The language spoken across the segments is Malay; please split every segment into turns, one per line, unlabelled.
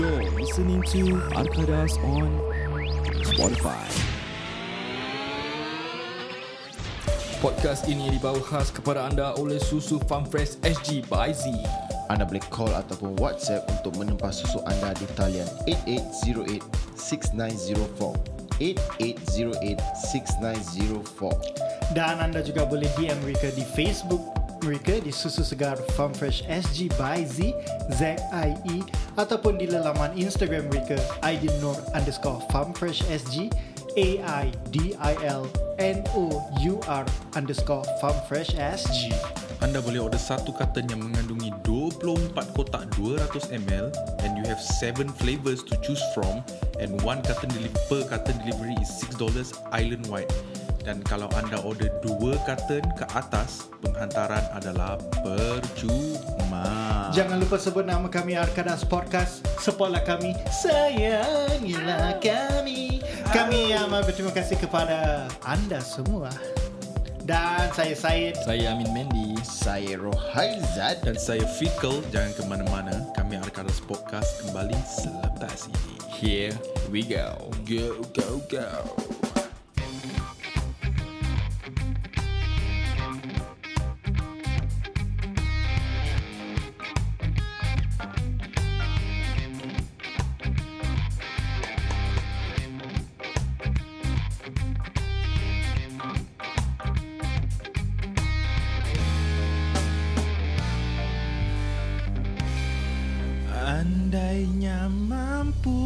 You're listening to Arkadas on Spotify.
Podcast ini dibawa khas kepada anda oleh Susu Farm Fresh SG by Z.
Anda boleh call ataupun WhatsApp untuk menempah susu anda di talian 8808-6904 8808-6904
Dan anda juga boleh DM mereka di Facebook mereka di Susu Segar Farm Fresh SG by Z ZIE ataupun di laman Instagram mereka aidilnor underscore farm fresh SG A I D I L N O U R underscore farm fresh SG.
Anda boleh order satu carton yang mengandungi 24 kotak 200ml and you have 7 flavours to choose from and one carton delivery per carton delivery is $6 island wide. Dan kalau anda order dua carton ke atas, penghantaran adalah percuma.
Jangan lupa sebut nama kami Arkadas Podcast Supportlah kami Sayangilah kami Kami amat berterima kasih kepada anda semua Dan saya Syed
Saya Amin Mendy.
Saya Rohaizat
Dan saya Fikal, jangan ke mana-mana. Kami Arkadas Podcast kembali selepas ini.
Here we go. Go, go, go.
Andainya mampu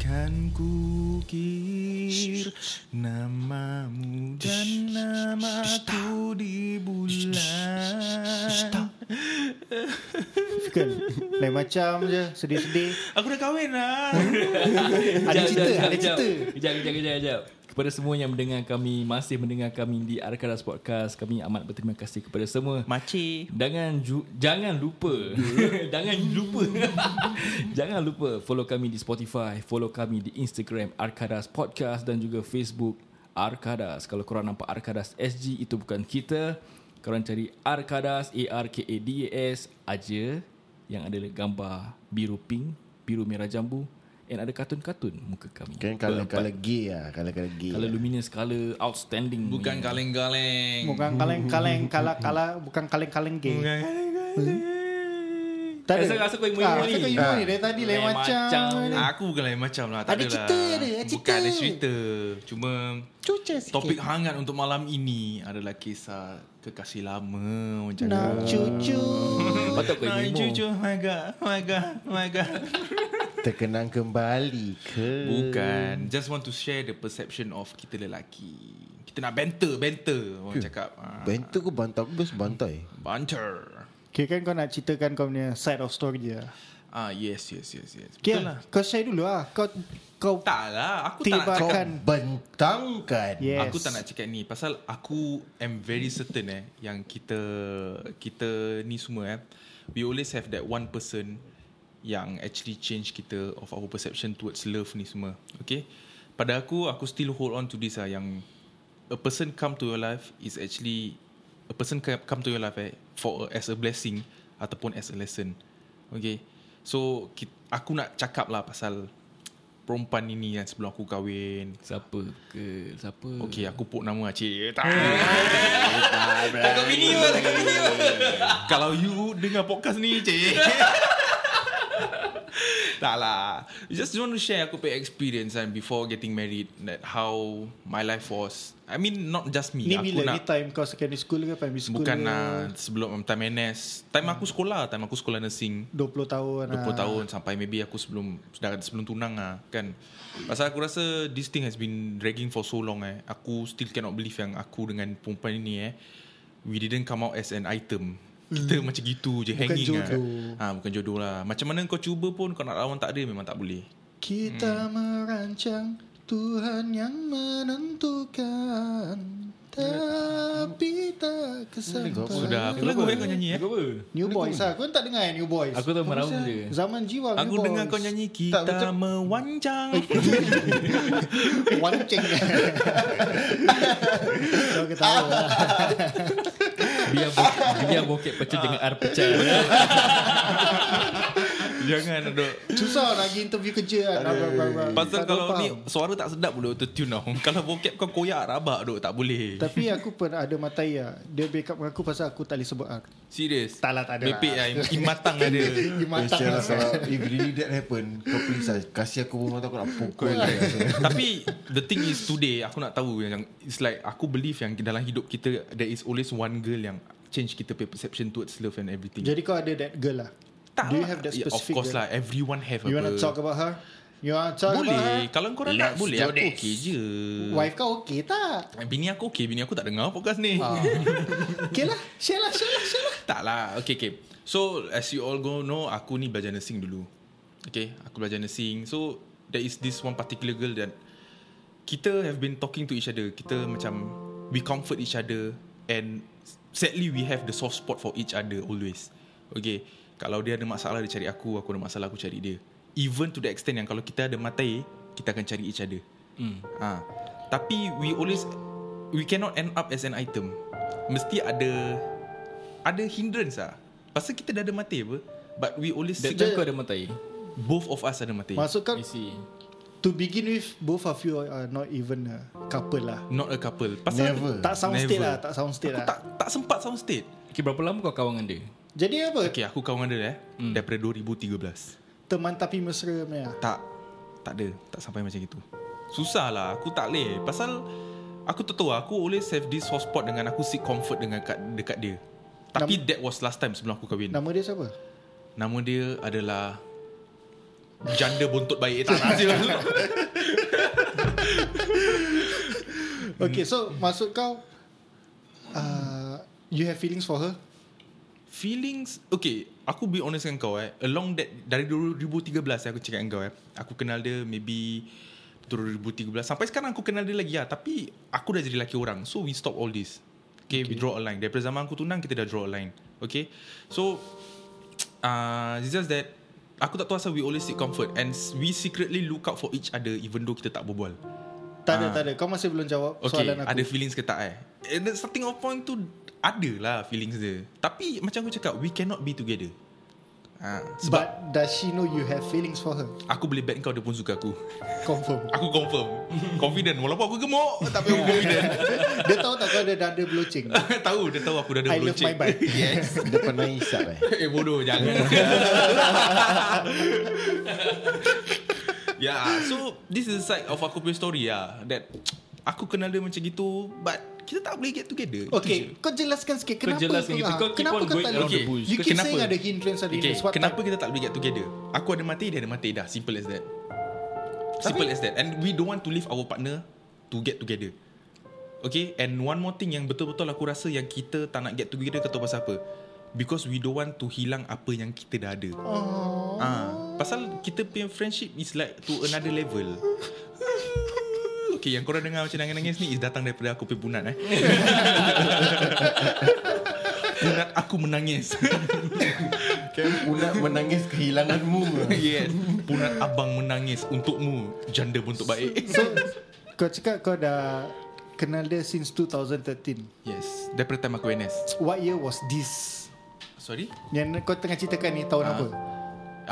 kan ku kir namamu dan namaku di bulan.
Fikul Kan? Lain macam je Sedih-sedih
Aku dah kahwin lah.
Ada
Jap,
cerita
jap, jap,
Ada cerita
jap. Kejap, kejap, kejap, kejap. Kepada semua yang mendengar kami, masih mendengar kami di Arkadas Podcast, kami amat berterima kasih kepada semua.
Makcik.
Jangan ju- jangan lupa. jangan lupa. jangan lupa follow kami di Spotify, follow kami di Instagram Arkadas Podcast dan juga Facebook Arkadas. Kalau korang nampak Arkadas SG itu bukan kita. Korang cari Arkadas A R K A D A S aja yang ada gambar biru pink, biru merah jambu and ada kartun-kartun muka kami.
Kan kala-kala gay lah Kala-kala gay
Kalau luminous color outstanding.
Bukan kaleng-kaleng.
Bukan kaleng-kaleng Kala-kala Bukan kaleng-kaleng gay Tak
Eh, saya rasa kau yang
Ah,
mengimoni.
Rasa kau imoni Dari tadi lain
Lain
macam
macam.
Aku bukan lain macam lah. Tak
Ada
adalah.
cerita dia, ada cerita.
Bukan ada cerita. Cuma
Cuca sikit
topik hangat untuk malam ini adalah kisah kekasih lama macam
Nak cucu
Patut kau yang memo.
jujur, my god, my god, my god.
Terkenang kembali ke
Bukan, just want to share the perception of kita lelaki. Kita nak banter, banter orang cakap. Ah,
Bentuk ke bantai Bus bantai
banter.
Okay kan kau nak ceritakan kau punya side of story dia
Ah, yes, yes, yes, yes.
Okay
Betul lah.
Kau share dulu lah Kau Kau
Tak lah, aku tak nak
Tiba-
Kau
cakap.
Kan.
bentangkan
Yes.
Aku tak nak cakap ni pasal aku am very certain eh yang kita kita ni semua eh we always have that one person yang actually change kita of our perception towards love ni semua. Okay? Pada aku aku still hold on to this ah yang a person come to your life is actually a person ca- come to your life eh for a, as a blessing ataupun as a lesson. Okay? So ki- aku nak cakap lah pasal perempuan ini yang sebelum aku kahwin
Siapa ke? Siapa?
Okay aku put nama Acik Tak Eh, Takut bini pun Takut bini pun Kalau you dengar podcast ni Cik Tak lah Just want to share Aku punya experience and Before getting married That how My life was I mean not just me
Ni
Aku
bila ni
nak
time kau secondary school ke primary school ke?
Bukan lah Sebelum time NS Time
Hmm.
aku sekolah Time aku sekolah nursing
20 tahun lah.
20 tahun sampai maybe aku sebelum dah sebelum tunang lah kan. Pasal aku rasa this thing has been dragging for so long eh. Aku still cannot believe yang aku dengan perempuan ini eh we didn't come out as an item. Kita macam gitu je hanging
Hmm. jodoh.
lah. Ha, bukan jodoh lah. Macam mana kau cuba pun kau nak lawan tak ada memang tak boleh. Hmm.
Kita merancang Tuhan yang menentukan Tapi tak kesempat
Ya. Sudah, apa lagu eh kau nyanyi eh?
Kau apa?
New Boys lah Kau tak dengar eh New Boys
Aku tahu meraung je.
Zaman jiwa
Aku
New
dengar
Boys.
kau nyanyi
Tak,
kita
betul.
mewanjang.
Wancing Kau ketawa lah
Ah.
Biar bokep, biar bokep pecah dengan R pecah.
Jangan ada
Susah nak pergi interview kerja kan. Abang, abang, abang.
Pasal
Tak
kalau
faham.
ni Suara tak sedap boleh auto-tune tau Kalau vocab kau koyak rabak duk Tak boleh
Tapi aku pernah ada matai lah. Dia break up dengan aku pasal aku tak boleh sebut R.
Serius
Tak lah, tak ada lah.
Mepek lah im- Imatang ada
Dia
Eh,
matang
sial
lah.
lah, kalau If really that happen Kau please lah Kasih aku rumah tu Aku nak pukul lah.
Tapi The thing is today Aku nak tahu yang It's like Aku believe yang Dalam hidup kita There is always one girl yang Change kita punya perception Towards love and everything
Jadi kau ada that girl lah.
Tak
Do you
lah.
have that
Yeah,
specific
Of course
girl?
lah Everyone have
You want to
apa.
talk about her? You want to talk about her?
Boleh Kalau korang nak boleh Aku okay je
Wife kau okey tak?
Bini aku okay Bini aku tak dengar podcast ni
Ah. Okey lah. Share lah, share lah, share lah.
Tak lah Okay okay So as you all go know Aku ni belajar nursing dulu Okay Aku belajar nursing So There is this one particular girl that Kita have been talking to each other Kita macam We comfort each other And Sadly we have the soft spot for each other always Okay Kalau dia ada masalah dia cari aku Aku ada masalah aku cari dia Even to the extent yang Kalau kita ada matai Kita akan cari each other
Hmm.
mm. ha. Tapi we always We cannot end up as an item Mesti ada ada hindrance lah Pasal kita dah ada mati apa But we always
That
seek
time kau ada matai
Both of us ada mati
Maksudkan
I see
to begin with, both of you are not even a couple lah.
Not a couple Pasal
Never.
aku-
Tak sound state
Never.
lah, tak sound state
Aku
lah.
tak, tak sempat sound state
Okay berapa lama kau kawan dengan dia
Jadi apa?
Okay aku kawan dia eh hmm. Daripada 2013
Teman tapi mesra punya.
Tak Tak ada Tak sampai macam itu Susah lah Aku tak boleh Pasal Aku tak tahu lah. Aku always have this soft spot Dengan aku seek comfort dengan kat, Dekat dia Tapi that was last time Sebelum aku kahwin
Nama dia siapa?
Hmm. Nama dia adalah Janda buntut baik Eh, Tak tak sila.
Okay, so maksud kau uh, you have feelings for her?
Feelings Okay Aku be honest dengan kau eh Along that Dari 2013 eh, Aku cakap dengan kau eh Aku kenal dia maybe 2013 Sampai sekarang aku kenal dia lagi lah Tapi Aku dah jadi lelaki orang So we stop all this okay, okay we draw a line Daripada zaman aku tunang Kita dah draw a line Okay So uh, It's just that Aku tak tahu asal we always seek comfort And we secretly look out for each other Even though kita tak berbual
Tak ada, tak ada. Kau masih belum jawab
Ah. Okay,
soalan aku.
ada feelings ke tak eh? And the starting of point tu ada lah feelings dia. Tapi macam aku cakap, we cannot be together. Ha, sebab
But does she know you have feelings for her?
aku boleh bet kau dia pun suka aku.
Confirm.
Aku confirm. confident. Walaupun aku gemuk, tapi aku confident.
dia tahu tak kau ada dada belocing?
tahu, dia tahu aku dah ada
I love my bike.
yes.
Dia pernah hisap eh
eh bodoh, jangan. yeah, Ya, so this is the side of aku punya story lah. That aku kenal dia macam gitu, but kita tak boleh get together. Itu je.
Okay, kau jelaskan sikit kenapa
jelaskan gitu.
ah,
Kau keep
kenapa
on going around
the bush.
You
Kau
keep
kenapa?
saying ada hindrance ada
Okay,
hindrance. What
kenapa
type?
kita tak boleh get together? Aku ada mati, dia ada mati dah. Simple as that. Simple as that. And we don't want to leave our partner to get together. Okay, and one more thing yang betul-betul aku rasa yang kita tak nak get together kau tahu pasal apa? Because we don't want to hilang apa yang kita dah ada.
Oh.
Ah, pasal kita punya friendship is like to another level. Okay, yang korang dengar macam nangis-nangis ni is datang daripada aku punya punat eh. punat aku menangis.
Kan unak menangis kehilanganmu
Yes Punat abang menangis Untukmu Janda bentuk baik
So, kau cakap kau dah kenal dia since 2013.
Yes Daripada time aku NS
What year was this?
Sorry
Yang kau tengah ceritakan ni tahun apa?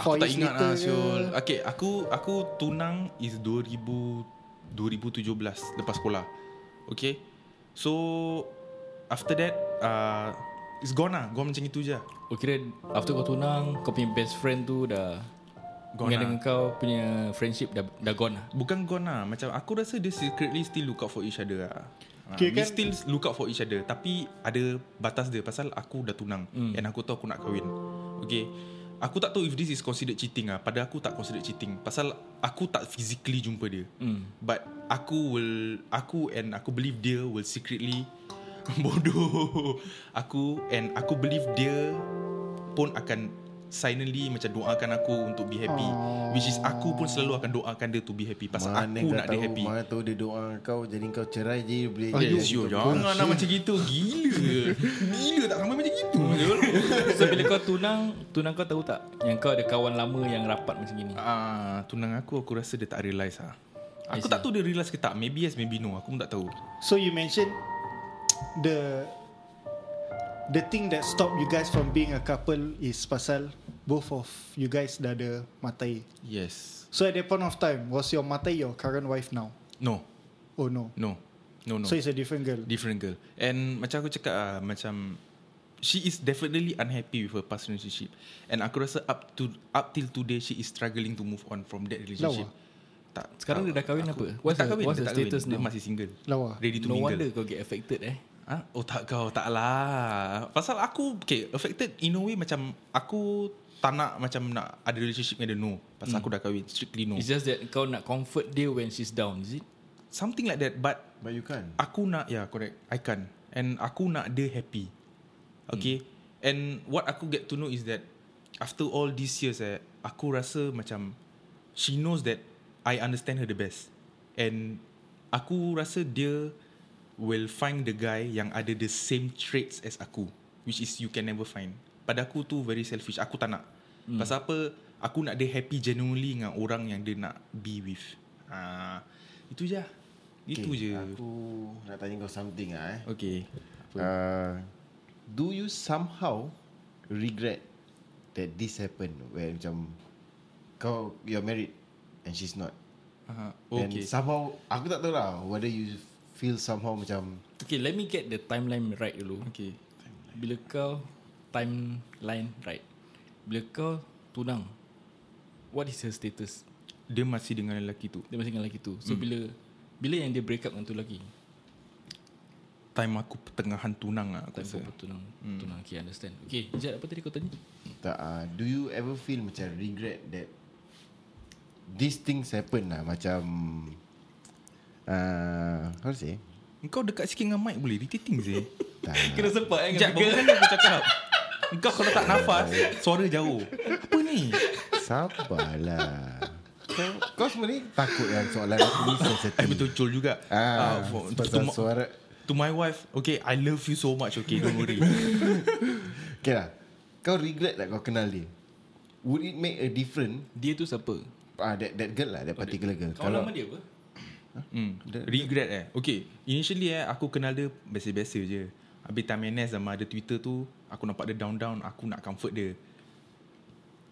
Aku
Four
tak
years
ingat lah
later ke?
Syul Okay aku Aku tunang Is 2000 2017 Lepas sekolah Okay So After that uh, It's gone lah Gone macam itu je
Oh kira after kau tunang Kau punya best friend tu dah Dengan,
Gone lah.
dengan kau punya friendship dah, dah gone lah
Bukan gone lah Macam aku rasa Dia secretly still look out for each other lah Ah,
Okay,
We
kan-
still look out for each other Tapi ada batas dia Pasal aku dah tunang mm. And aku tahu aku nak kahwin Okay Aku tak tahu if this is considered cheating ah. Pada aku tak considered cheating Pasal aku tak physically jumpa dia mm. But aku will Aku and aku believe dia will secretly Bodoh Aku and aku believe dia Pun akan silently macam doakan aku untuk be happy Which is aku pun selalu akan doakan dia to be happy Pasal
Mana kau
aku nak
tahu
dia happy
Mana tahu dia doa kau Jadi kau cerai je dia boleh
Oh,
Yes, you jangan lah macam gitu Gila Gila tak sampai macam gitu Jul.
So bila kau tunang Tunang kau tahu tak Yang kau ada kawan lama yang rapat macam gini
Ah, Tunang aku aku rasa dia tak realise lah Aku
ya.
tak tahu dia realise ke tak Maybe yes maybe no Aku pun tak tahu
So you mentioned the the thing that stop you guys from being a couple is pasal both of you guys dah ada matai.
Yes.
So at that point of time, was your matai your current wife now?
No.
Oh no.
No. No, no.
So it's a different girl.
different girl. And macam aku cakap ah, macam she is definitely unhappy with her past relationship. And aku rasa up to up till today she is struggling to move on from that relationship. Tak.
Sekarang
tak-
dia dah kahwin apa?
aku- Dia
What's
tak
the-
kahwin,
what's
dia
the
tak kahwin.
status
Dia
now?
masih single.
Lawa.
Ready to
No
mingle.
wonder kau get affected eh.
Ha? Oh tak kau, tak lah. Pasal aku, okay, affected in a way macam aku tak nak macam nak ada relationship dengan dia, no. Pasal aku dah kahwin, strictly no.
It's just that kau nak comfort dia when she's down, is it?
Something like that, but
But you can.
aku nak, yeah, correct, I can. And aku nak dia happy. Okay? And what aku get to know is that after all these years eh, aku rasa macam she knows that I understand her the best. And aku rasa dia will find the guy yang ada the same traits as aku, which is you can never find. Pada aku tu very selfish. Aku tak nak. Hmm. Pasal apa? Aku nak dia happy genuinely dengan orang yang dia nak be with. Ah, itu je.
Okay,
Itu okay, je.
Aku nak tanya kau something ah eh.
Okay.
Uh, do you somehow regret that this happened where macam kau you're married and she's not?
Uh-huh.
Okay. And
Okay.
somehow aku tak tahu lah whether you feel somehow macam
Okay, let me get the timeline right dulu.
Okay.
Bila kau timeline right. Bila kau tunang. What is her status?
Dia masih dengan lelaki tu.
Dia masih dengan lelaki tu. So hmm. bila bila yang dia break up dengan tu lelaki.
Time aku pertengahan tunang lah aku
Time
rasa.
kau tunang. Hmm. Tunang. Okay, understand. Okay, Ijat apa tadi kau tanya?
tak uh, do you ever feel macam regret that these things happen lah macam uh, how to say
Kau dekat sikit dengan mic boleh Retating je
tak
Kena sempat kan
Sekejap baru kan aku cakap Kau kalau tak nafas Suara jauh Apa ni
sabarlah kau, kau sebenarnya takut kan soalan aku ni
Eh
sensitive
betul cul juga
Ah,
Ah, for- to, to,
pasal
my-
suara
to my wife Okay I love you so much Okay don't worry
Okay lah Kau regret tak kau kenal dia Would it make a difference
Dia tu siapa?
Ah, that, that girl lah That particular girl
Oh, Kau lama dia apa?
Hmm, Regret eh Okay Initially eh Aku kenal dia Biasa-biasa je Habis time NS sama ada Twitter tu Aku nampak dia down-down Aku nak comfort dia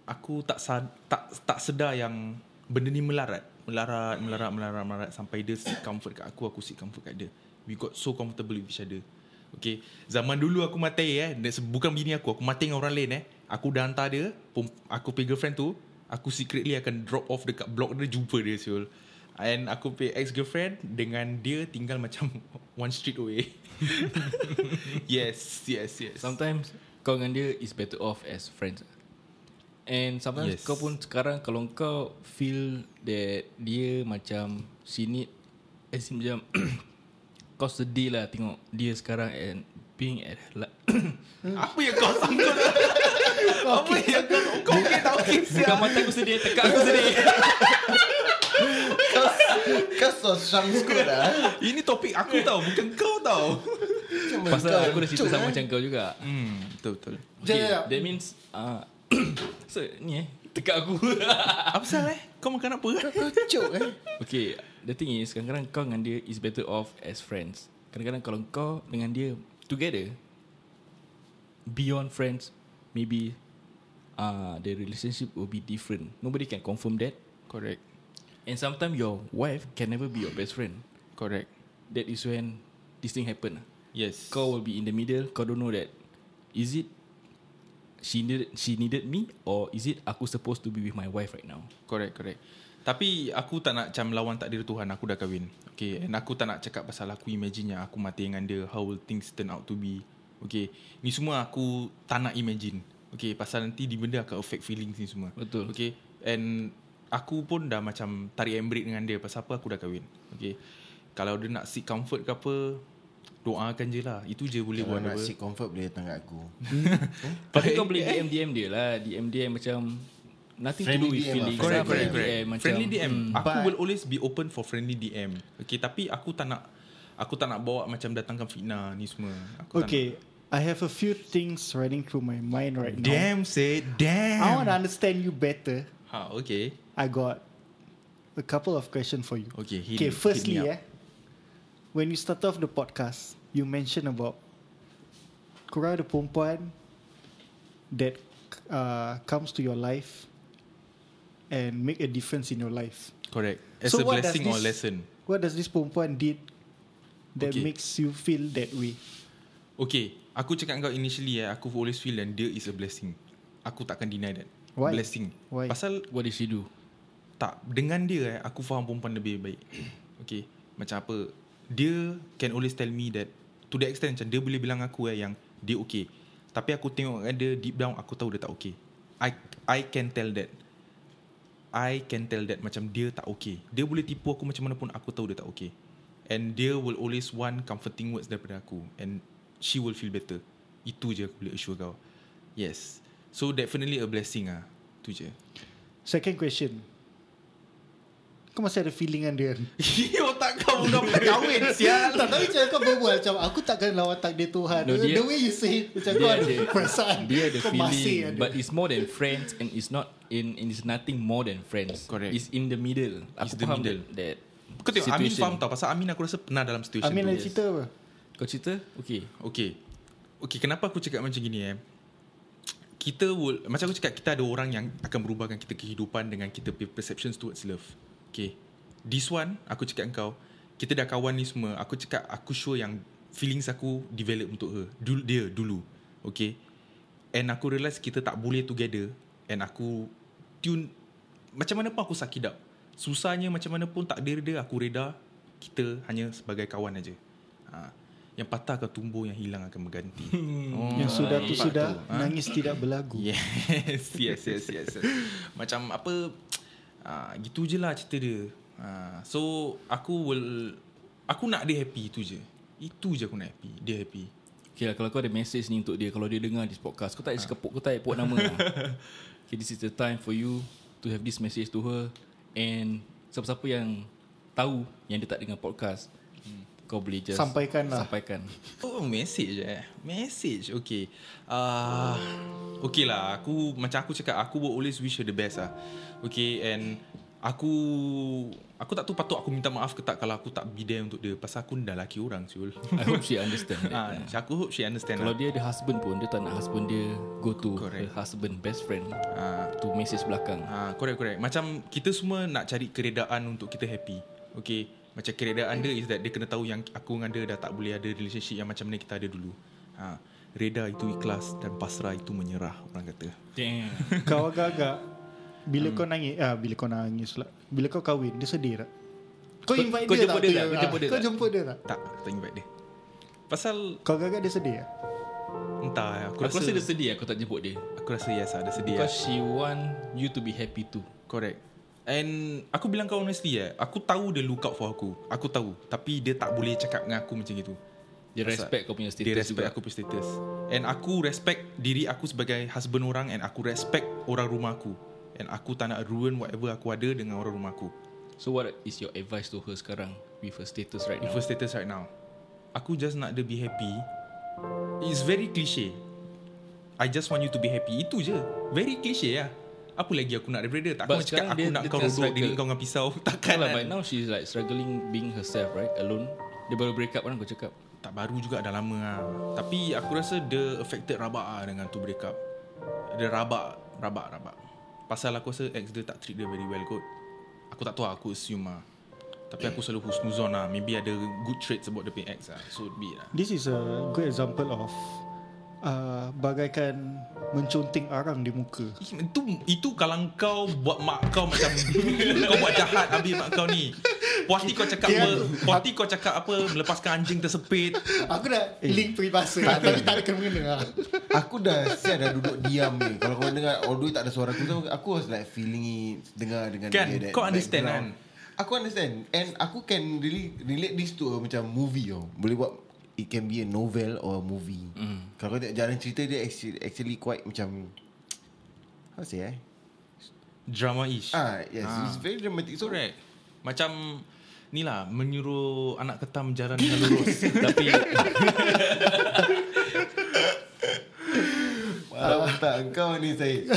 Aku tak sad, tak tak sedar yang Benda ni melarat Melarat Melarat Melarat Melarat Sampai dia seek comfort kat aku Aku seek comfort kat dia We got so comfortable with each other Okay Zaman dulu aku matai eh dia- Bukan bini aku Aku matai dengan orang lain eh Aku dah hantar dia pem- Aku pay girlfriend tu Aku secretly akan drop off dekat blog dia Jumpa dia siul And aku pay ex-girlfriend Dengan dia tinggal macam One street away Yes Yes yes
Sometimes kau dengan dia is better off as friends. And sometimes
Yes.
yes. kau pun sekarang kalau kau feel that dia macam she need as in macam kau sedih lah tengok dia sekarang and being at her la-
Apa yang kau sangkut Apa yang kau Kau okay tak okay
Bukan mata aku sedih, tekak aku sedih.
Kau so strong school lah
Ini topik aku tau Bukan kau tau
Pasal
Kan?
aku dah cerita
eh?
sama macam kau juga.
Hmm Betul-betul
Okay,
Jap, jap, jap.
that means uh, so ni eh tekak aku.
Apa pasal eh Kau makan apa
Kau cok eh
Okay The thing is Kadang-kadang kau dengan dia Is better off as friends Kadang-kadang kalau kau Dengan dia Together Beyond friends Maybe uh, The relationship will be different Nobody can confirm that
Correct
And sometimes your wife Can never be your best friend
Correct
That is when This thing happen
Yes
Kau will be in the middle Kau don't know that Is it She needed, she needed me Or is it Aku supposed to be with my wife right now
Correct correct Tapi aku tak nak macam lawan takdir Tuhan Aku dah kahwin Okay And aku tak nak cakap pasal aku imagine yang aku mati dengan dia How will things turn out to be Okay Ni semua aku tak nak imagine Okay pasal nanti di benda akan affect feelings ni semua
Betul.
Okay And aku pun dah macam tarik embrake dengan dia Pasal apa aku dah kahwin Okay Kalau dia nak seek comfort ke apa Doakan je lah Itu je boleh
Kau
buat
nak
apa
seek comfort Boleh datang kat aku
Tapi kau boleh DM DM dia lah DM DM macam Nothing
Friendly
to do with
DM lah,
feelings
Correct,
Friendly DM,
correct, correct.
DM, macam,
friendly DM.
hmm.
Aku
But-
will always be open for friendly DM. Okay, tapi aku tak nak aku tak nak bawa macam datangkan fitnah ni semua. Aku
Okay, I have a few things running through my mind right
tak nak.
now.
Damn say
I want to
damn.
understand you better.
Ha, okay.
I got a couple of questions for you.
Okay, hit
Okay,
me- hit
firstly, eh.
me up.
yeah, when you start off the podcast, you mentioned about korang ada perempuan that uh, comes to your life and make a difference in your life.
Correct. As
So
a
what does
blessing or
this-
lesson.
What does this perempuan did that
Okay.
makes you feel that way?
Okay, aku cakap dengan kau initially eh, aku always feel yang dia is a blessing. Aku takkan deny that.
Why?
Blessing.
Why?
Pasal
What did she do?
tak dengan dia eh, aku faham perempuan lebih baik. okay, macam apa? Dia can always tell me that to the extent macam dia boleh bilang aku eh yang dia okay. Tapi aku tengok kat dia deep down aku tahu dia tak okay. I I can tell that. I can tell that macam dia tak okay. Dia boleh tipu aku macam mana pun aku tahu dia tak okay. And dia will always want comforting words daripada aku and she will feel better. Itu je aku boleh assure kau. Yes. So definitely a blessing ah. Tu je.
Second question. Kau masih ada feeling kan dia?
Otak kau dah berkahwin sial.
tak tahu macam kau berbual macam aku takkan lawan takdir Tuhan.
No, dia-
the way you say it, macam
dia
kau ada
ada-
perasaan.
Dia ada
kau masih
feeling
ada.
But it's more than friends And it's not in, and It's nothing more than friends
Correct.
It's in the middle Aku
the
faham
middle.
That, that
Kau tengok Amin
situation.
faham tau Pasal Amin aku rasa pernah dalam situation
Amin
tu.
ada cerita apa?
Kau cerita? Okay
Okay Okay kenapa aku cakap macam gini eh Kita will Macam aku cakap Kita ada orang yang Akan berubahkan kita kehidupan Dengan kita punya perceptions towards love Okay This one Aku cakap kau Kita dah kawan ni semua Aku cakap Aku sure yang Feelings aku Develop untuk her dulu, Dia dulu Okay And aku realise Kita tak boleh together And aku Tune Macam mana pun aku sakit up Susahnya macam mana pun Takdir dia Aku reda Kita hanya sebagai kawan aja ha. Yang patah akan tumbuh Yang hilang akan berganti oh,
Yang sudah tu
nampak
sudah
ha?
Nangis tidak berlagu
Yes, yes, yes, yes. yes. Macam apa, uh, gitu je lah cerita dia. Uh, so, aku will, aku nak dia happy, itu je. Itu je aku nak happy, dia happy.
Okay lah, kalau kau ada message ni untuk dia Kalau dia dengar this podcast Kau tak
Ah.
payah sekepuk Kau tak payah put nama lah. Okay, this is the time for you To have this message to her And Siapa-siapa yang Tahu Yang dia tak dengar podcast
Hmm.
Kau boleh just
Sampaikan lah.
Sampaikan
Oh, message eh. Message, okay. Uh, okay lah, aku, macam aku cakap, aku will always wish her the best lah. Okay, and aku, aku tak tahu patut aku minta maaf ke tak kalau aku tak be there untuk dia. Pasal aku ni dah laki orang, Syul.
I hope she understand that.
Ah, aku hope she understand
Kalau
lah.
dia ada husband pun Dia tak nak husband dia Go to
Correct.
her husband Best friend
Ah.
To message belakang
Ha, correct correct. Macam kita semua nak cari keredaan untuk kita happy. Okay. Macam keredaan dia is that dia kena tahu yang aku dengan dia dah tak boleh ada relationship yang macam mana kita ada dulu. Ha, reda itu ikhlas dan pasrah itu menyerah orang kata.
Damn
Kau agak-agak Bila kau nangis ah, Bila kau nangis lah Bila kau kahwin Dia sedih tak? Kau
Kau-
invite
kau
dia tak?
jemput
tu
dia
yang-
tak? Kau
ah,
jemput dia
Kau
tak?
jemput dia tak?
Tak, aku tak invite dia. Pasal
Kau agak-agak dia sedih tak?
entah eh, aku,
Aku rasa, dia sedih Aku tak jemput dia
aku rasa yes ada sedih.
Because she want You to be happy too
Correct. And aku bilang kau honestly eh, aku tahu dia look out for aku. Aku tahu, tapi dia tak boleh cakap dengan aku macam gitu.
Dia
Pasal-
respect kau punya status
Dia respect
juga.
aku punya status And aku respect diri aku sebagai husband orang And aku respect orang rumah aku And aku tak nak ruin whatever aku ada dengan orang rumah aku
So what is your advice to her sekarang With her status right
With
now
her status right now Aku just nak dia be happy It's very cliche I just want you to be happy Itu je Very cliche lah Apa lagi aku nak daripada dia Tak
But
aku cakap
sekarang
aku
dia-
nak
dia
kau
tengah
rodok diri
struggle.
kau dengan pisau Takkan
Kan lah by
kan
now She's like struggling Being herself right Alone Dia baru break up kan Kau cakap
Tak baru juga dah lama lah Tapi aku rasa dia affected rabak lah dengan tu break up Dia rabak, rabak, rabak Pasal aku rasa ex dia tak treat dia very well kot Aku tak tahu lah, aku assume lah Tapi aku selalu husnuzon lah Maybe ada good traits about the ex lah So be it lah
This is a good example of uh, Bagaikan Menconting arang di muka
itu itu kalau kau buat mak kau macam kau buat jahat habis mak kau ni. Puati kau cakap apa? Puati kau cakap apa? Melepaskan anjing tersepit.
Aku dah link peribahasa Tapi tak ada kena-mena lah.
Aku dah siap dah duduk diam ni. Kalau kau dengar although tak ada suara aku tu, aku was like feeling it dengar dengan
Kan,
dia that
kau understand kan?
background. Aku understand and aku can really relate this to a, macam movie tau. Boleh buat it can be a novel or a movie. Mm. Kalau kau tengok jalan cerita dia actually, actually quite macam how to say eh?
Drama ish.
Ah, yes, ah. it's very dramatic. So
Correct. Macam ni lah menyuruh anak ketam jalan dengan lurus.
Tapi
Malam tak uh, kau ni Syed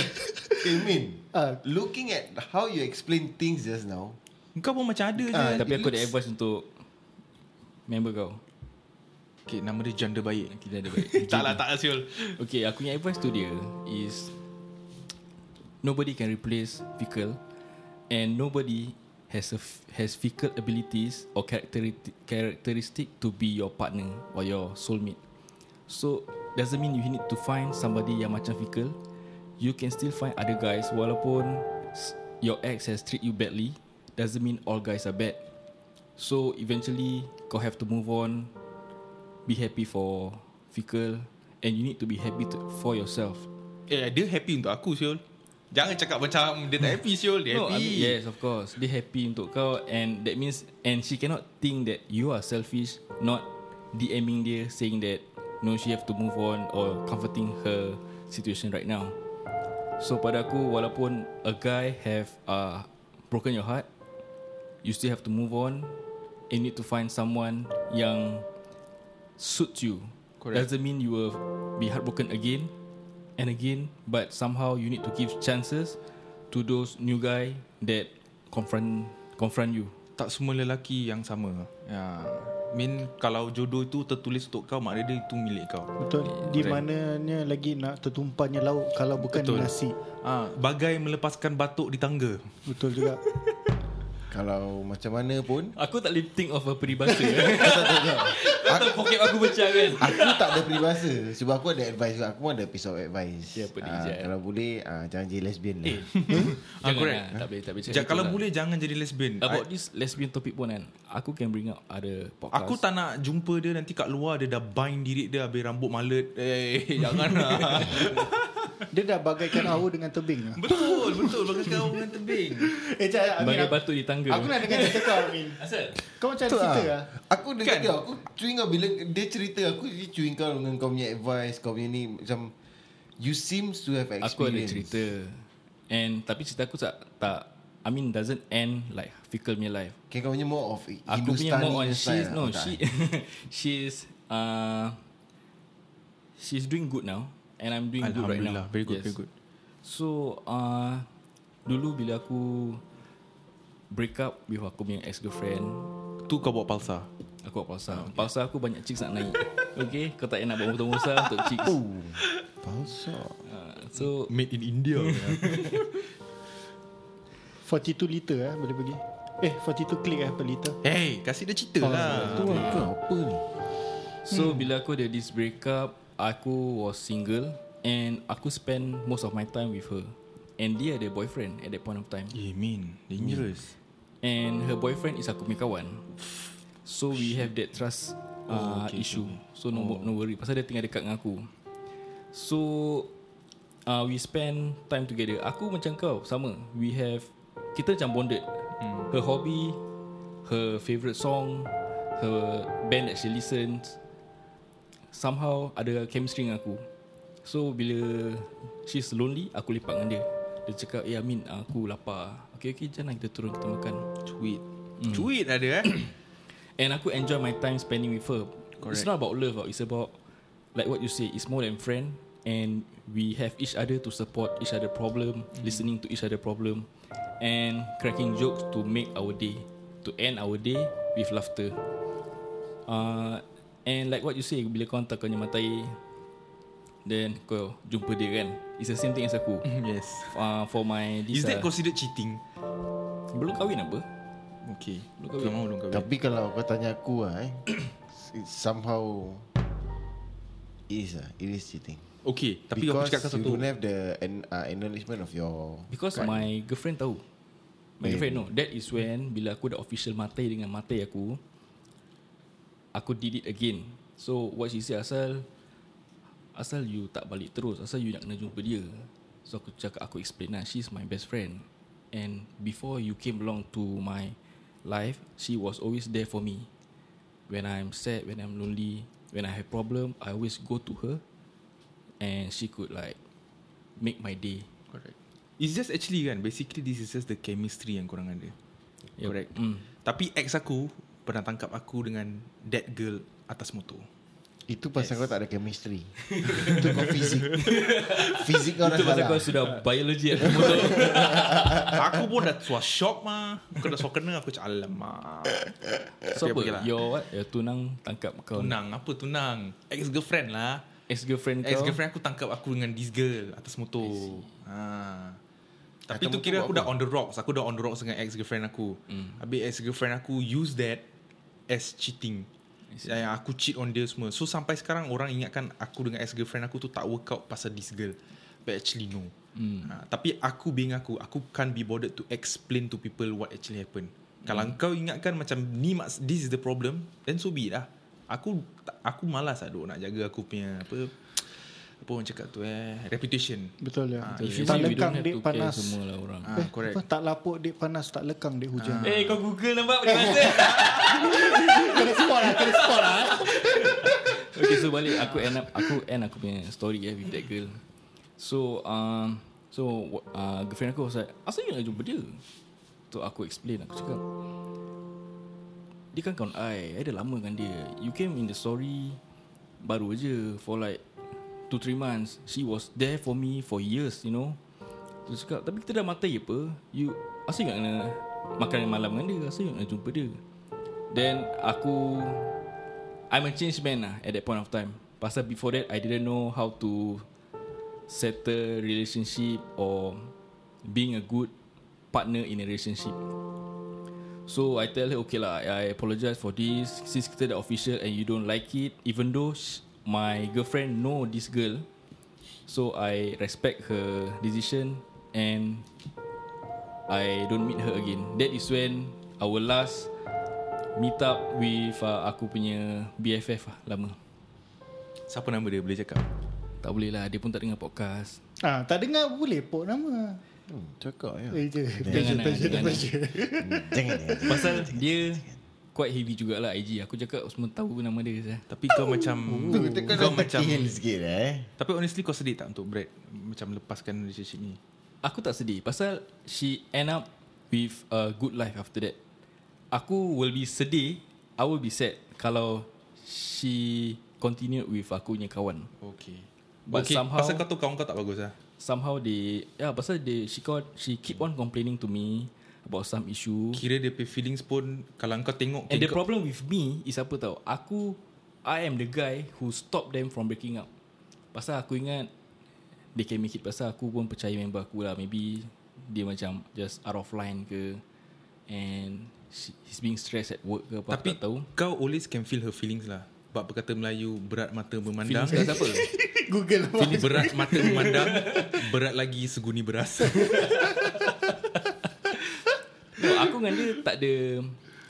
Okay Min
Ah.
Looking at how you explain things just now
Kau pun macam ada je.
Ah,
Tapi aku ada advice untuk Member kau
Okay, nama dia janda baik.
Kita ada baik
lah, tak lah, tak lah Syul.
Okay aku punya advice tu dia Is Nobody can replace Fickle and nobody has a f- has Fickle abilities or characteri- characteristic to be your partner or your soulmate. So doesn't mean you need to find somebody yang macam Fickle. You can still find other guys walaupun s- your ex has treat you badly doesn't mean all guys are bad. So eventually kau have to move on be happy for Fickle and you need to be happy to, for yourself.
Eh dia happy untuk aku Syul Jangan cakap macam Dia tak happy Syul Dia
No,
happy
I mean, yes, of course. Dia happy untuk kau and that means and she cannot think that you are selfish, not DMing dia saying that no she have to move on or comforting her situation right now. So pada aku walaupun a guy have uh, broken your heart, you still have to move on and need to find someone yang suits you.
Correct.
Doesn't mean you will be heartbroken again and again, but somehow you need to give chances to those new guy that confront confront you.
Tak semua lelaki yang sama Ya Mean kalau jodoh itu tertulis untuk kau Maknanya dia itu milik kau
Betul. Di mananya lagi nak tertumpannya lauk kalau bukan
Betul.
nasi.
Ah, Bagai melepaskan batuk di tangga
Betul juga.
Kalau macam mana pun
Aku tak boleh think of a peribahasa.
aku,
Kata poket aku pecah kan.
aku tak ada peribahasa Sebab aku ada advice Aku pun ada piece of advice
Siapa ni,
Ah,
Jad?
Kalau boleh ah, Jangan jadi lesbian
Eh,
lah
Ah,
Jangan
correct.
lah, tak boleh, tak boleh.
ja,
cakap
Kalau
tu lah.
boleh jangan jadi lesbian
About
I-
this lesbian topic pun kan Aku can bring up Ada podcast
Aku tak nak jumpa dia Nanti kat luar Dia dah bind diri dia Habis rambut malet Eh jangan lah
Dia dah bagaikan awu dengan tebing. lah.
Betul Betul Bagai kau dengan tebing
Eh, cak, Amin.
Bagai
Aku,
batu di tangga
aku nak dengar cerita kau, Amin.
Asal?
Kau macam
Betul
cerita
lah.
lah.
Aku dengar
Kan?
dia Aku cuing kau Bila dia cerita Aku jadi cuing kau Dengan kau punya advice Kau punya ni Macam You seems to have experience
Aku ada cerita And Tapi cerita aku tak tak I mean doesn't end Like Fickle punya life
Okay Kan, kau punya more of
Aku
Hindustani
punya more on
style
She's
lah.
no
Tak.
She She's uh, She's doing good now And I'm doing good right
Alhamdulillah
now
Very good, very good.
So uh, Dulu bila aku Break up With aku punya ex-girlfriend
Tu kau buat palsa
Aku buat palsa
Ah, ya.
okay. Palsa aku banyak chicks nak naik Okay Kau tak payah nak buat motor-motor untuk chicks
Oh,
Palsa
uh, So
Made in India
42 liter eh, boleh pergi. Eh, 42 klik eh per liter.
Hey Kasih dia cerita lah
Tu lah kau apa ni
So hmm. bila aku ada this breakup Aku was single And aku spend most of my time with her And dia ada boyfriend at that point of time
Eh Min Dangerous
And her boyfriend is aku punya kawan So we have that trust uh,
Oh, okay, Oh.
issue So no, no worry Pasal dia tinggal dekat dengan aku So uh, We spend time together Aku macam kau Sama We have Kita macam bonded
Hmm.
Her hobby Her favourite song Her band that she listens Somehow Ada chemistry dengan aku So bila She's lonely Aku lepak dengan dia Dia cakap Eh Amin aku lapar Okay okay jom lah kita turun kita makan
Cuit Cuit ada eh
And aku enjoy my time spending with her. Correct. It's
Correct.
not about love, tau. it's about like what you say, it's more than friend and we have each other to support each other problem,
Mm.
listening to each other problem and cracking jokes to make our day, to end our day with laughter. Uh, and like what you say, bila kau hantar kau punya matai, then kau jumpa dia kan. It's the same thing as aku.
Yes
Uh, for my this,
Mm. Is that
ah,
considered cheating?
belum kahwin apa?
Okay
Belum kahwin.
Memang belum kahwin
Tapi kalau kau tanya aku lah eh, It's somehow It is lah It is cheating
Okay Tapi aku
Because
cakap
you
satu
don't have the an, uh, Acknowledgement of your
Because
Kan?
my girlfriend tahu My
When?
girlfriend know That is when Bila aku dah official matai Dengan matai aku Aku did it again So what she say Asal Asal you tak balik terus Asal you nak kena jumpa dia So aku cakap Aku explain lah She's my best friend And before you came along to my life She was always there for me When I'm sad When I'm lonely When I have problem I always go to her And she could like Make my day
Correct. It's just actually kan Basically this is just the chemistry Yang korang ada
Yup.
Correct
Mm.
Tapi ex aku Pernah tangkap aku dengan That girl Atas motor
Itu pasal yes. kau tak ada chemistry Itu kau fizik Fizik kau lah. dah
Itu pasal
salah
kau sudah biologi at motor.
Aku pun dah suar shock mah Kau dah suar kena Aku macam alamak
so apa? Your what? Your tunang tangkap kau.
lah. Tunang Apa tunang Ex-girlfriend lah
Ex-girlfriend kau.
Ex-girlfriend aku tangkap aku dengan this girl Atas motor ha. Tapi tu kira aku dah on the rocks Aku dah on the rocks dengan ex-girlfriend aku mm. Habis ex-girlfriend aku use that As cheating Yang aku cheat on dia semua So sampai sekarang orang ingatkan Aku dengan ex-girlfriend aku tu tak work out Pasal this girl But actually no mm. ha, Tapi aku being aku Aku can't be bothered to explain to people What actually happened Kalau kau ingatkan macam Ni maks this is the problem Then so be it lah Aku tak- aku malas lah duk nak jaga aku punya apa apa orang cakap tu eh reputation
Betul ya.
Ah,
Betul.
if you
tak
say we
lekang dek
care
panas. Eh,
semua lah orang.
ah, correct
Apa, tak lapuk dek panas, tak lekang dek hujan.
Eh, kau Google nampak pada masa.
kena spot lah, kena spot lah.
okay, so balik aku end up aku end aku punya story eh with that girl. So, um, so uh, girlfriend aku was like, asal you nak jumpa dia? Tu aku explain, aku cakap, dia kan kawan I, I dah lama dengan dia. You came in the story baru je for like 2-3 months. She was there for me for years, you know. Terus cakap, tapi kita dah mata je apa. You, asal you nak kena makan malam dengan dia? Asal you nak jumpa dia? Then aku I'm a changed man lah at that point of time. Pasal before that, I didn't know how to settle relationship or being a good partner in a relationship. So I tell her, okay lah, I apologize for this. Since kita dah official and you don't like it, even though sh- my girlfriend know this girl, so I respect her decision and I don't meet her again. That is when our last meet up with uh, aku punya BFF lah lama.
siapa nama dia boleh cakap
Tak boleh lah, dia pun tak dengar podcast.
Ah, tak dengar boleh pok nama.
Hmm, cakap ya.
Eh, je.
Jangan
Pressure,
lah,
pressure,
jangan lah.
pressure.
Jangan ya.
Pasal dia quite heavy jugalah IG. Aku cakap semua tahu nama dia saja.
tapi kau macam
Tu kita kan
kau
dah
macam
tertinggal sikit lah, eh.
tapi honestly kau sedih tak untuk Brad macam lepaskan relationship ni
Aku tak sedih pasal she end up with a good life after that. Aku will be sedih, I will be sad kalau she continued with aku punya kawan.
okay
But
okay,
somehow-
pasal kau tu kawan kau tak bagus lah
Somehow they yeah pasal they she got she keep on complaining to me about some issue.
kira dia punya feelings pun kalau kau tengok
And the
kau,
Eh, problem with me is apa tau? Aku I am the guy who stop them from breaking up. Pasal aku ingat they can make it pasal aku pun percaya member aku lah. Maybe dia macam just out of line ke and she, he's being stressed at work ke apa
tapi
Tapi, tak tahu.
kau always can feel her feelings lah bab berkata Melayu berat mata memandang
Feelings kat siapa?
Google lah.
Feeling berat mata memandang berat lagi seguni beras
no, aku dengan dia tak ada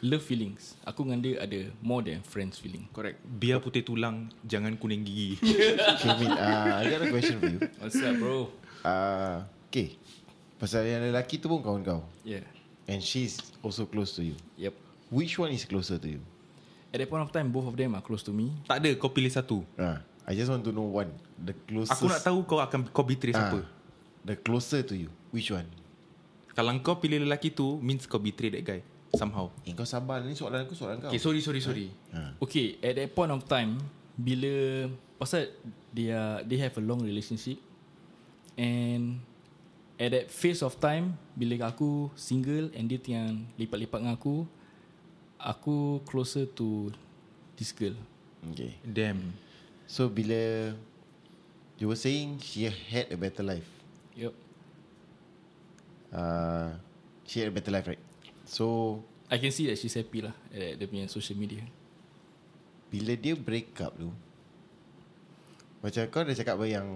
love feelings. Aku dengan dia ada more than friends feeling.
correct biar putih tulang jangan kuning gigi
Okay, Min, uh, I got a question for you.
What's up bro?
Uh, okay. Pasal yang lelaki tu pun kawan kau.
Yeah.
And she's also close to you.
Yep.
Which one is closer to you?
At that point of time both of them are close to me.
tak ada kau pilih satu
Uh, I just want to know one. The closest.
aku nak tahu kau akan kau betray
Ah,
siapa
The closer to you. Which one?
Kalau kau pilih lelaki tu Means kau betray that guy Somehow
Eh, kau sabar. Ni soalan aku, soalan kau. Ah,
Okay sorry sorry sorry
Okay, at that point of time, bila pasal they are they have a long relationship, and at that phase of time, bila aku single and dia yang lipat-lipat dengan aku, aku closer to this girl.
okay.
Damn
So, bila... You were saying she had a better life.
Yep.
Uh, she had a better life, right? So,
I can see that she's happy lah at dia punya social media.
Bila dia break up tu Macam kau dah cakap apa yang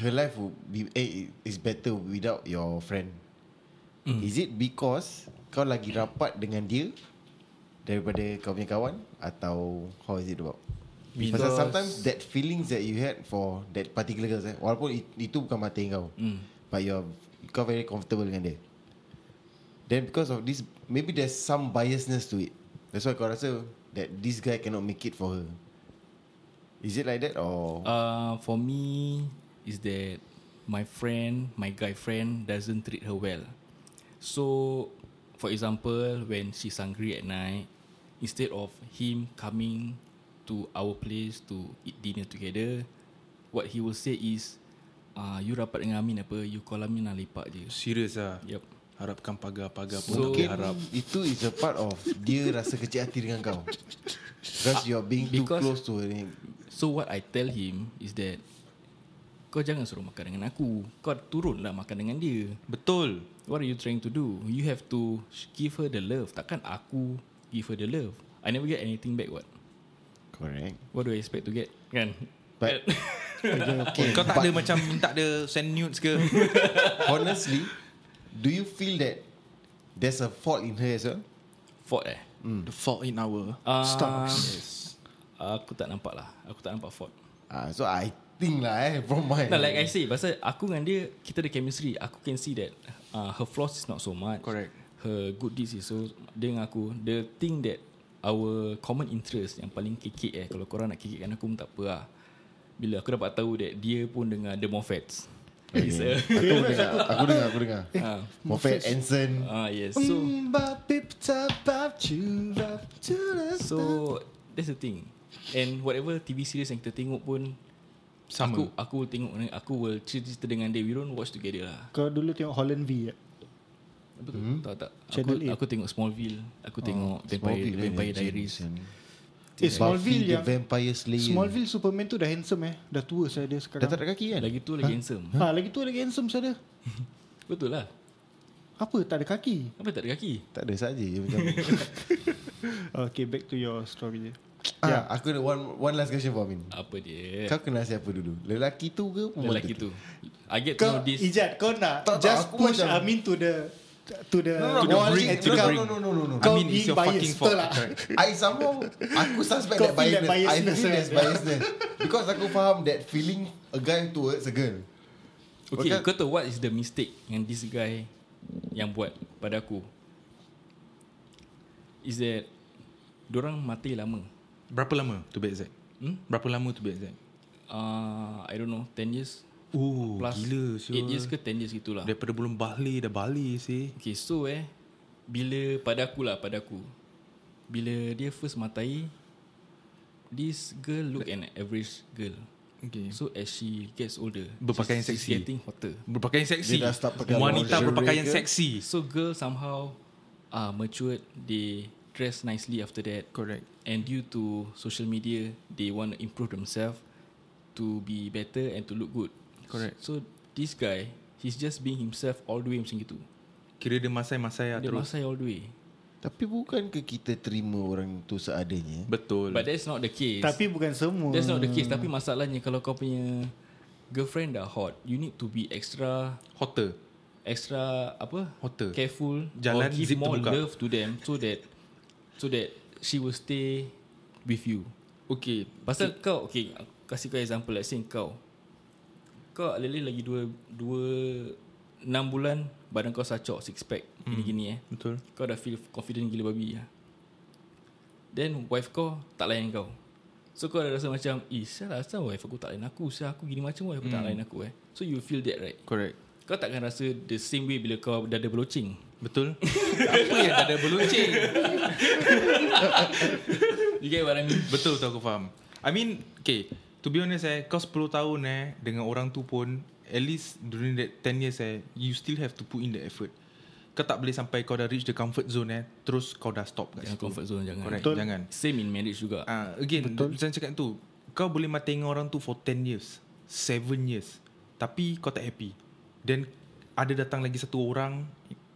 Her life would be, eh, is better without your friend mm. Is it because Kau lagi rapat dengan dia Daripada kau punya kawan Atau how is it about
Because-
Because Pasal sometimes that feelings that you had for that particular girl, eh, walaupun it, itu bukan mata kau, mm. but you're kau very comfortable dengan dia. Then because of this Maybe there's some biasness to it That's why kau rasa That this guy cannot make it for her Is it like that or uh,
Uh, for me, is that my friend, my guy friend doesn't treat her well. So, for example, when she's hungry at night, instead of him coming to our place to eat dinner together, what he will say is, uh, you rapat dengan Amin apa, you call Amin lah lepak je.
Serius lah
Yup.
Harapkan pagar-pagar pun
So-
so, tak boleh
Mungkin
harap
Itu is a part of Dia rasa kecil hati dengan kau Because you're being too
because-
close to her ni.
So what I tell him is that Kau jangan suruh makan dengan aku Kau turunlah makan dengan dia
Betul.
What are you trying to do? You have to sh- give her the love Takkan aku give her the love I never get anything back what
Correct
What do I expect to get? Kan?
But okay,
Kau
but
tak ada macam minta dia send nudes ke?
Honestly Do you feel that There's a fault in her as well
Fault eh?
The fault in our
Um,
stars.
Aku tak nampak lah Aku tak nampak fault
Ah, So I think lah eh From my
Nah, like I say Pasal aku dengan dia Kita ada chemistry Aku can see that uh, Her flaws is not so much
Correct.
Her good deeds is so Dia dengan aku The thing that Our common interest Yang paling kekek eh Kalau korang nak kekekkan aku pun tak apa lah Bila aku dapat tahu that Dia pun dengar The Moffats okay. It's a,
Aku dengar Aku dengar Aku dengar Moffat Anson
Ah yes
Hmm.
So
So
So That's the thing And whatever TV series yang kita tengok pun
Sama.
Aku aku will tengok dengan- Aku will cerita dengan dia We don't watch together lah
Kau dulu tengok Holland V ya?
Apa tu? Hmm? Tak tak. Aku,
Channel eight.
aku tengok Smallville. Aku tengok Vampire, Smallville, Vampire Diaries.
Eh, Smallville
Buffy the
yang-
Vampire Slayer
Smallville Superman tu dah handsome eh Dah tua saya
Dah
dia sekarang
tak ada kaki kan
Lagi tu lagi handsome.
ha, Lagi tua lagi handsome saya dia
Betul lah.
Apa tak ada kaki
Apa tak ada kaki?
Tak ada saja je macam.
Okay back to your story je Ya.
ah, aku ada one one last question for Amin.
Apa dia?
Kau kenal siapa dulu? Lelaki tu ke perempuan
Lelaki tu. I get to
Kau
know this.
Ijat kau nak
Tak, tak,
Just
aku
push
macam-
Amin to the To the
No, no, no,
to the
no,
brink
no,
and to
no,
the-
no, no, no, no, no.
Kau
I mean, it's
being
your fucking
biased
fault.
lah
Correct.
I somehow Aku suspect
Kau
that
feel
biasness.
that
I
biasness, eh?
feel there's
right?
biasness Because aku faham That feeling A guy towards a girl
Okay,
Bukan-
kau tahu what is the mistake yang this guy yang buat pada aku? Is that Diorang mati lama.
Berapa lama to be exact? Hmm? Berapa lama to be exact?
Uh, I don't know, 10 years
Oh,
plus
gila siul.
8 years ke 10 years gitulah.
Daripada belum balik dah balik sih.
Okay so eh Bila pada aku lah pada aku Bila dia first matai This girl look an average girl
Okay.
So as she gets older
Berpakaian
she's,
seksi.
She's getting hotter
Berpakaian seksi.
Dia dah start pakai
Wanita
lingerie
berpakaian
ke?
seksi.
So girl somehow uh, Matured They dress nicely after that
Correct.
And due to social media They want to improve themselves To be better and to look good
Correct.
So this guy He's just being himself all the way macam gitu
Kira dia masai-masai lah
Dia
terus.
masai all the way
Tapi bukan ke kita terima orang tu seadanya
Betul.
But that's not the case
Tapi bukan semua
That's not the case Tapi masalahnya Kalau kau punya Girlfriend dah hot You need to be extra
Hotter.
Extra Apa
Hotter.
Careful
Jalan
Or give
zip
more
terbuka.
love to them So that So that She will stay With you
Okay.
Pasal kau Okay aku Kasih kau example Let's say kau Kau leleh lagi dua Dua Enam bulan Badan kau sacok Six pack
Hmm.
Gini-gini eh
Betul.
Kau dah feel confident gila babi lah. Then wife kau tak layan kau. So kau dah rasa macam, eh sial lah asal wife aku tak layan aku. Sial aku gini macam wife aku
Hmm.
tak layan aku eh. So you feel that right?
Correct.
Kau takkan rasa the same way bila kau dah ada berlocing.
Betul. Apa yang tak ada beluncing?
You get what I mean?
Betul tu aku faham I mean Okay To be honest eh Kau 10 tahun eh Dengan orang tu pun At least During that 10 years eh You still have to put in the effort Kau tak boleh sampai Kau dah reach the comfort zone eh Terus kau dah stop kat
Jangan
situ
comfort zone jangan.
Correct
Betul.
Jangan
Same in marriage juga.
Ah, Again Betul. Macam cakap tu Kau boleh mati dengan orang tu For 10 years 7 years Tapi kau tak happy Then Ada datang lagi satu orang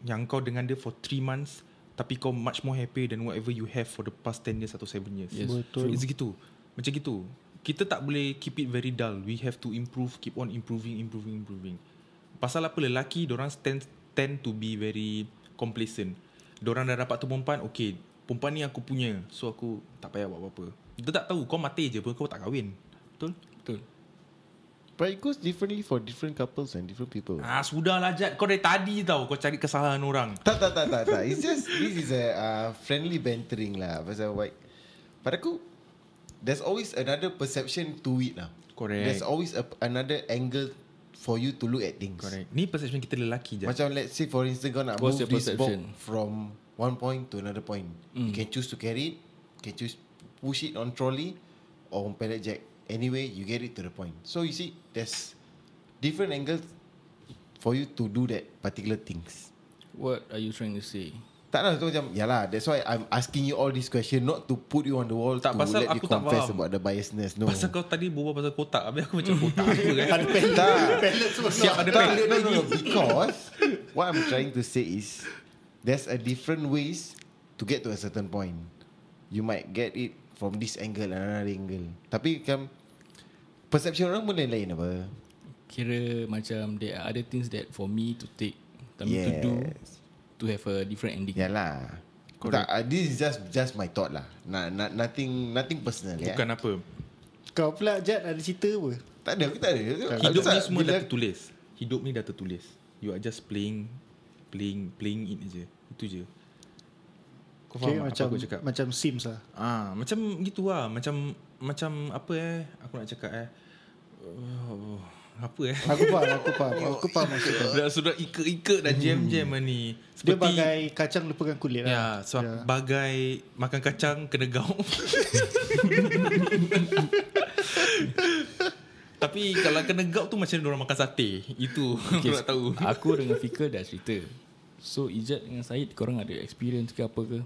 Yang kau dengan dia For 3 months Tapi kau much more happy Than whatever you have For the past 10 years Atau 7 years
Yes.
Betul. It's gitu. Macam gitu. Kita tak boleh keep it very dull. We have to improve, keep on improving, improving, improving. Pasal apa lelaki, orang tend, tend to be very complacent. Orang dah dapat tu perempuan, okay, perempuan ni aku punya. So aku tak payah buat apa-apa. Dia tak tahu, kau mati je pun kau tak kahwin. Betul?
Betul.
But it goes differently For different couples And different people
Ah, sudahlah Jad. Kau dari tadi tau, kau cari kesalahan orang.
Tak tak tak tak tak. It's just this is a uh, friendly bantering lah pasal white. Pada aku there's always another perception to it lah.
Correct.
There's always a, another angle for you to look at things.
Correct. Ni perception kita lelaki je.
Macam let's say for instance kau nak
What's your
move this box
perception?
from one point to another point. Mm. You can choose to carry it, you can choose push it on trolley or on pallet jack. Anyway, you get it to the point. So you see there's different angles for you to do that particular things.
What are you trying to say?
Tak lah tu macam Yalah that's why I'm asking you all this question Not to put you on the wall
Tak,
To
pasal
let you
aku tak
confess
faham.
about the biasness No
Pasal kau tadi berbual pasal kotak Habis aku macam kotak apa kan
Ada pellet Pellet semua
Siap
ada
ada
pellet
pellet no, no, no, Because What I'm trying to say is There's a different ways To get to a certain point You might get it From this angle Another angle Tapi kan Perception orang pun lain-lain apa
Kira macam There are other things that For me to take For me to do
Yes.
To have a different ending
Yalah tak, uh, this is just just my thought lah. Nah, nah, nothing nothing personal ya.
Bukan apa
Kau pula Jad ada cerita apa
Tak ada, aku tak ada.
Hidup
Ustaz,
ni semua
bila-
dah tertulis Hidup ni dah tertulis You are just playing Playing playing it je Itu je Kau
okay,
faham okay, apa
macam,
aku cakap
macam Sims lah
Ah, macam gitu lah Macam Macam apa eh Aku nak cakap eh oh, Apa eh
Aku faham Aku faham Aku faham maksud kau
Dah sudah ikut-ikut dah jam-jam hmm. ni
Dia
Seperti
bagai kacang lupakan kulit
Ya,
lah
sebab bagai makan kacang kena gaung. Tapi kalau kena gaung tu macam orang makan sate. Itu okay, aku nak tahu.
Aku dengan Fikir dah cerita So Ijat dengan Syed Korang ada experience ke apa ke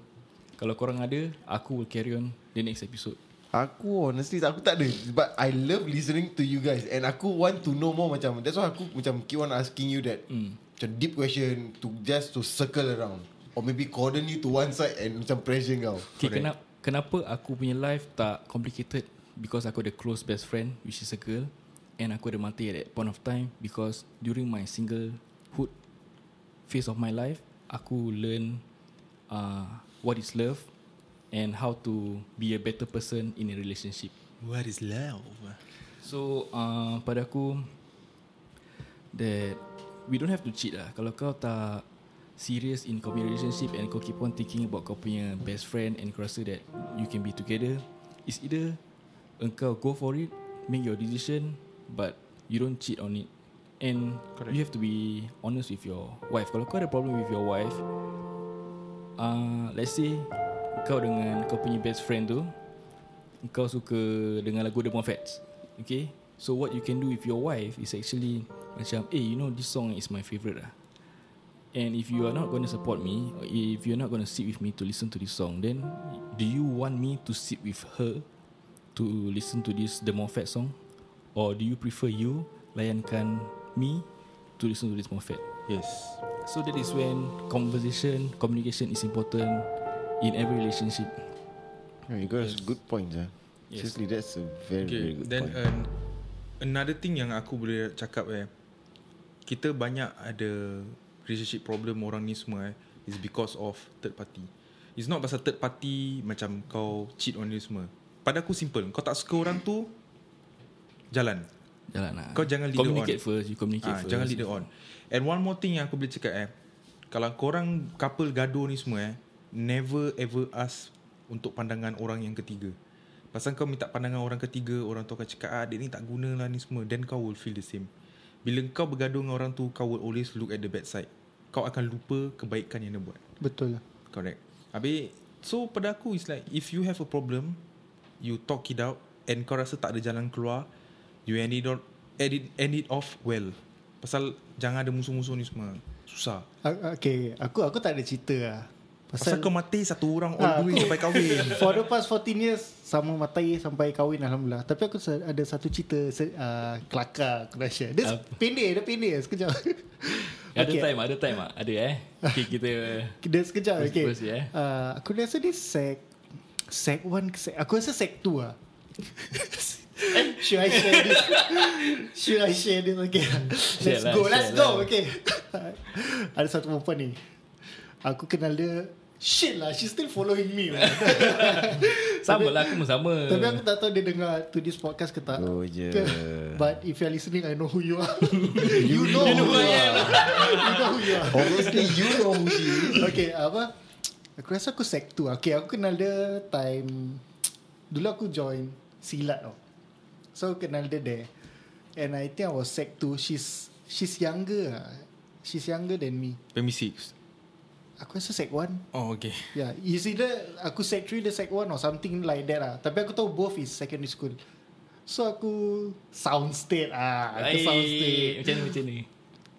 Kalau korang ada Aku will carry on The next episode
Aku honestly tak- aku tak ada But I love listening to you guys And aku want to know more macam That's why aku macam keep on asking you that mm. Macam deep question to Just to circle around Or maybe cordon you to one side And macam pressure kau
Okay kenapa, kenapa aku punya life tak complicated Because aku ada close best friend Which is a girl And aku ada mati at that point of time Because during my singlehood Phase of my life Aku learn uh, What is love And how to be a better person In a relationship
What is love?
So uh, pada aku That We don't have to cheat lah Kalau kau tak Serious in kau punya relationship And kau keep on thinking about kau punya best friend And kau rasa that You can be together It's either Engkau go for it Make your decision But You don't cheat on it And Correct. You have to be Honest with your wife Kalau kau ada problem with your wife uh, Let's say Kau dengan Kau punya best friend tu kau suka dengan lagu The Fats Okay So what you can do with your wife Is actually Macam Eh you know this song is my favourite lah And if you are not going to support me or If you're not going to sit with me To listen to this song Then Do you want me to sit with her To listen to this The Moffat song Or do you prefer you Layankan me To listen to this Moffat
Yes.
So that is when Conversation Communication is important In every relationship
You guys good points ah.
Yes.
Seriously that's a very very
Okay,
good
then
point
an, another thing yang aku boleh cakap eh. Kita banyak ada relationship problem orang ni semua eh. Is because of third party. It's not pasal third party macam kau cheat on dia semua. Pada aku simple. Kau tak suka orang tu, jalan.
Jalan lah
Kau jangan leader
Communicate
on.
first You communicate
Ah,
first
Jangan leader on And one more thing yang aku boleh cakap eh Kalau korang couple gaduh ni semua eh Never ever ask Untuk pandangan orang yang ketiga Pasal kau minta pandangan orang ketiga Orang tu akan cakap ah, Dia ni tak guna lah ni semua Then kau will feel the same Bila kau bergaduh dengan orang tu Kau will always look at the bad side Kau akan lupa kebaikan yang dia buat
Betul lah
Correct Habis So pada aku It's like If you have a problem You talk it out And kau rasa tak ada jalan keluar You end it, on, end it, end it off well Pasal Jangan ada musuh-musuh ni semua Susah
A- Okay Aku aku tak ada cerita lah
Pasal, Pasal kau mati satu orang
Ah,
All the way
aku-
sampai kahwin
For the past 14 years Sama matai sampai kahwin Alhamdulillah Tapi aku se- ada satu cerita se- uh, Kelakar aku dah share Dia se- pendek Dia pendek sekejap
Ya, Ada
Okay.
okay. time, ada time ah. Ada eh. Okay, kita
Dia sekejap
First-
okay.
first, yeah.
uh, Aku rasa dia sec Sec 1 ke sec Aku rasa sec 2
Eh?
lah Should I share this Should I share this Okay
Share
Let's
lah,
go
share
Let's go
lah.
Okay Ada satu perempuan ni Aku kenal dia Shit lah She's still following me lah
sama lah aku pun sama.
Tapi aku tak tahu dia dengar to this podcast ke tak.
Go je.
But if you're listening, I know who you are. you, know who you are. you know who you are.
Honestly you know who she is
Okay, apa? Aku rasa aku sec 2. Okay, aku kenal dia time... Dulu aku join silat tau. So, aku kenal dia there. And I think I was sec 2. She's she's younger lah. She's younger than me.
Primary 6
Aku rasa sec 1.
Oh okay
Yeah, it's either aku sec 3 dia sec 1 or something like that lah. Tapi aku tahu both is secondary school. So aku sound state ah, aku
Ay,
sound state.
Macam ni, macam ni.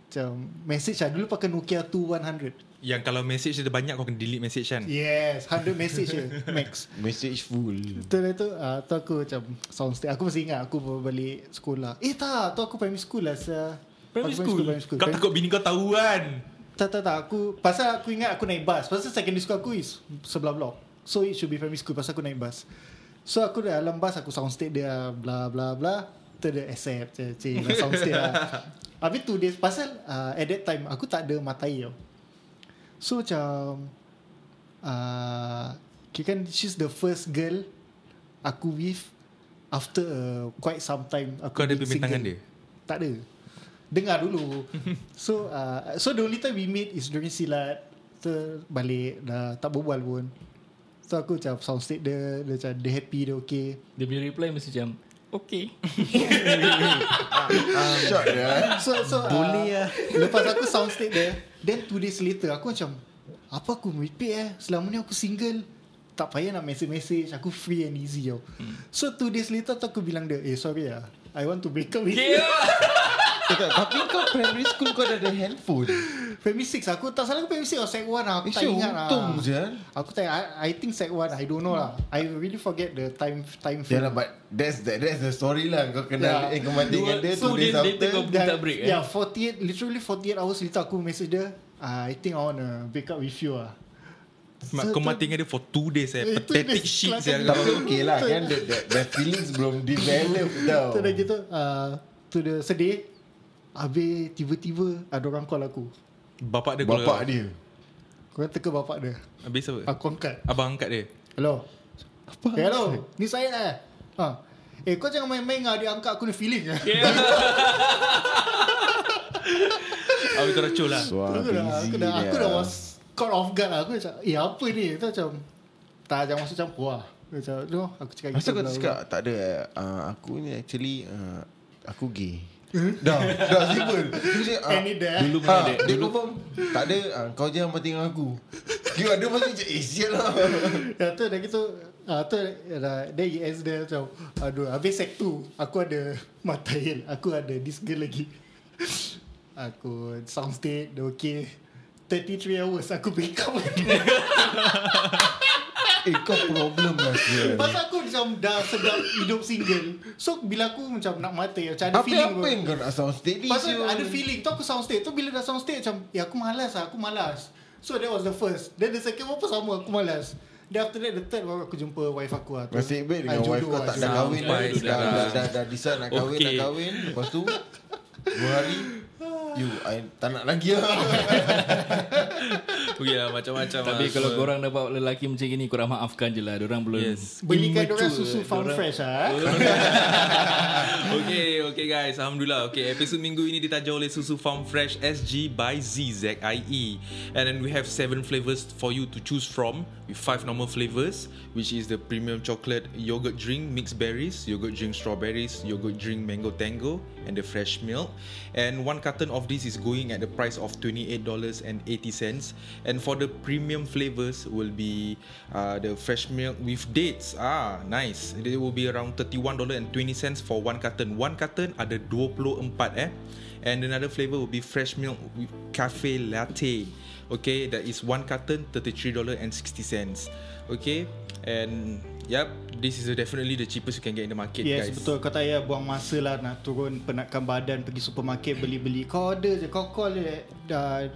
Macam message lah dulu pakai Nokia 2100.
Yang kalau message dia banyak Kau kena delete message kan
Yes 100 message je Max
Message full
Tu dia tu ah, Tu aku macam Soundstick Aku masih ingat Aku baru balik sekolah Eh tak Tu aku primary school lah sia.
Primary
Aku
school?
primary school
Kau takut bini kau tahu kan
Tak tak tak Aku Pasal aku ingat aku naik bus Pasal secondary school aku is Sebelah blok So it should be primary school Pasal aku naik bus So aku dah dalam bus Aku soundstate dia Bla bla bla Tu dia accept je Cik lah soundstate lah Habis tu dia Pasal uh, at that time Aku tak ada matai tau So macam uh, okay kan she's the first girl Aku with After uh, quite some time aku
Kau ada
being
bimbing tangan
single.
dia?
Tak ada Dengar dulu So uh, So the only time we meet Is during silat So balik Dah tak berbual pun So aku macam soundstate dia Dia macam dia happy Dia okay
Dia punya reply mesti macam Okay
Shot dia
So so Boleh
eh.
lah Lepas aku soundstage dia Then two days later Aku macam Apa aku repeat eh Selama ni aku single Tak payah nak message-message Aku free and easy tau
Hmm.
So two days later tu aku bilang dia Eh sorry lah I want to break up with you
Tengok, Tapi kau primary school Kau dah ada handphone
Primary 6 Aku tak salah aku primary 6 Or sec 1 lah Aku
Eh,
tak
sure,
ingat lah
untung je. eh.
Aku tak ingat I, I think sec 1 I don't know lah I really forget the time time frame
Yalah lah, but That's the, that's the story lah Kau kenal Eh
Yeah.
kau mati dengan dia
So
Two
dia
days
later kau
after
minta break eh
Yeah 48 Literally 48 hours later Aku message dia "Ah, I think I want to break up with you lah
Mak, Kau mati dengan dia for two days eh.
Eh, itu dia
Pathetic shit
kelakar
saya
dia.
Tapi okay lah kan the, the, the feelings belum develop tau
Tu dah gitu uh, Tu dia sedih Habis tiba-tiba Ada orang call aku
Bapak dia call
Bapak
kau.
dia
Kau orang teka bapak dia
Habis apa?
Aku angkat
Abang angkat dia
Hello Apa hey, Hello Ni saya lah ha. Eh kau jangan main-main lah Dia angkat aku ni feeling lah
Habis kau racun lah
Wah
aku, dah,
busy
aku, dah, uh,
dia.
aku dah was Caught off guard lah Aku macam Eh apa ni Tu macam Tak jangan masuk campur lah Dia Macam no, Aku cakap lah."
Masa kau
bla, bla.
cakap Tak ada uh, Aku ni actually uh, Aku gay Dah Dah simple Dia cakap, ah,
Any day.
Dulu pernah
ah,
ada
Dia confirm Tak ada ah, Kau je yang mati dengan aku Dia ada masa macam Eh sial lah
Ya tu dah gitu Ah tu dah dia ES dia macam aduh habis sec 2 aku ada matail aku ada this girl lagi. aku soundstage dia okay 33 hours aku break up
Eh kau problem lah sial
Pasal aku macam dah sedap hidup single So bila aku macam nak mati Macam ada
Apa-apa
feeling pun.
yang kau nak sound steady
Pasal
sial?
ada feeling Tu aku soundstage Tu bila dah soundstage macam Ya aku malas lah Aku malas So that was the first Then the second one pun sama Aku malas Then after that The third baru aku jumpa wife aku lah tu.
Nasib baik dengan
Ah, jodoh
wife kau
lah,
tak
jodoh.
dah kahwin
Sampai
dah, dah,
dah.
dah, dah, dah decide nak kahwin okay.
Okay.
dah kahwin lepas tu dua hari you I, tak nak lagi lah
Okay lah macam-macam
Tapi
lah.
kalau
Semua.
korang dapat lelaki macam gini Korang maafkan je lah Diorang belum
Yes.
Belikan
immature,
dorang susu farm
dorang-
fresh lah
Oh,
eh.
Okay okay guys Alhamdulillah Okay episod minggu ini Ditaja oleh Susu Farm Fresh SG by ZZIE E. And then we have 7 flavours For you to choose from With 5 normal flavours Which is the premium chocolate Yogurt drink Mixed berries Yogurt drink strawberries Yogurt drink mango tango And the fresh milk And one carton of this Is going at the price of $28.80 And for the premium flavours Will be uh, The fresh milk With dates Ah nice It will be around $31.20 For one carton One carton ada 24 eh And another flavour will be fresh milk with cafe latte Okay That is one carton $33.60 Okay And Yep This is definitely the cheapest You can get in the market
Yes
guys
betul Kau tak payah buang masa lah Nak turun penatkan badan Pergi supermarket Beli-beli Kau order je Kau call je uh,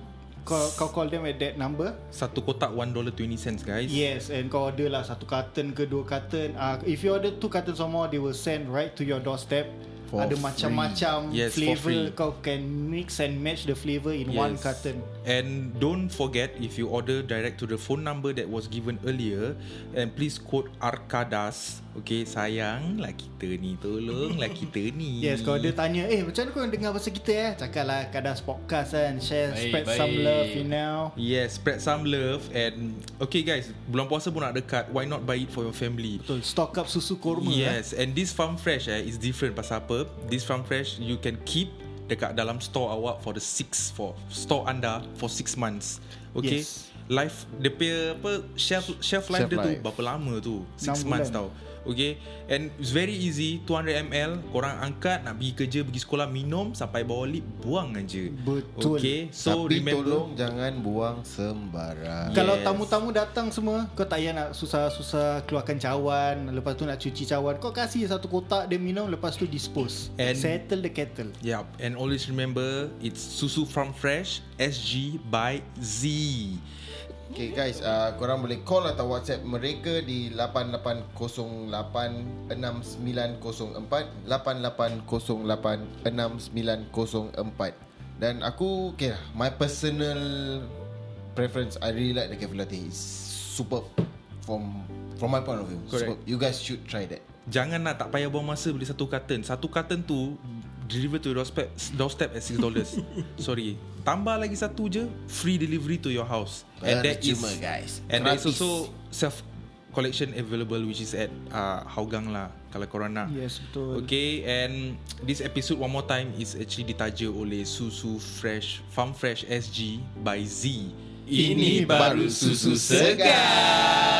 kau, kau call them at that number
Satu kotak $1.20 guys
Yes And kau order lah Satu carton ke dua carton uh, If you order two carton or more They will send right to your doorstep
For
Ada
free.
macam-macam
Yes, for free.
flavor Kau can mix and match the flavor In one
Yes.
carton
And don't forget if you order direct to the phone number that was given earlier and please quote Arkadas. Okay, sayang lah kita ni. Tolonglah kita ni.
Yes, kalau dia tanya, eh macam mana kau dengar pasal kita eh? Cakap lah kadas podcast kan, share,
Baik,
spread some
baik.
love, you know.
Yes, spread some love and okay guys, bulan puasa pun nak dekat. Why not buy it for your family?
Betul, stock up susu korma. Eh.
Yes, and this farm fresh eh is different pasal apa? This farm fresh you can keep dekat dalam store awak for the six for store anda for six months. Okay.
Yes.
Life dia punya apa shelf shelf life
Shelf
dia tu
life.
berapa lama tu?
Enam
Six months
bulan.
tau. Okay And it's very easy 200 ml Korang angkat Nak pergi kerja Pergi sekolah Minum Sampai bawah lip Buang aja
Betul.
Okay So
Tapi
remember
tolong jangan buang sembarang.
Kalau
Yes.
tamu-tamu datang semua Kau tak payah nak susah-susah Keluarkan cawan Lepas tu nak cuci cawan Kau kasih satu kotak Dia minum Lepas tu dispose
And-
Settle the kettle
Yup, and always remember it's susu from fresh SG by Z.
Okay guys, uh, korang boleh call atau WhatsApp mereka di 88086904 88086904 dan aku okay lah, my personal preference I really like the cafe latte. It's superb from from my point of view.
Correct.
Superb. You guys should try that.
Jangan nak tak payah buang masa beli satu carton. Satu carton tu deliver to your doorstep, doorstep at $6. Sorry. Tambah lagi satu je free delivery to your house.
Percuma, guys.
And there's
Gratis.
also self collection available which is at uh, Hougang lah kalau korang nak.
Yes, betul.
Okay, and this episode one more time is actually ditaja oleh Susu Fresh Farm Fresh SG by Z.
Ini baru susu segar.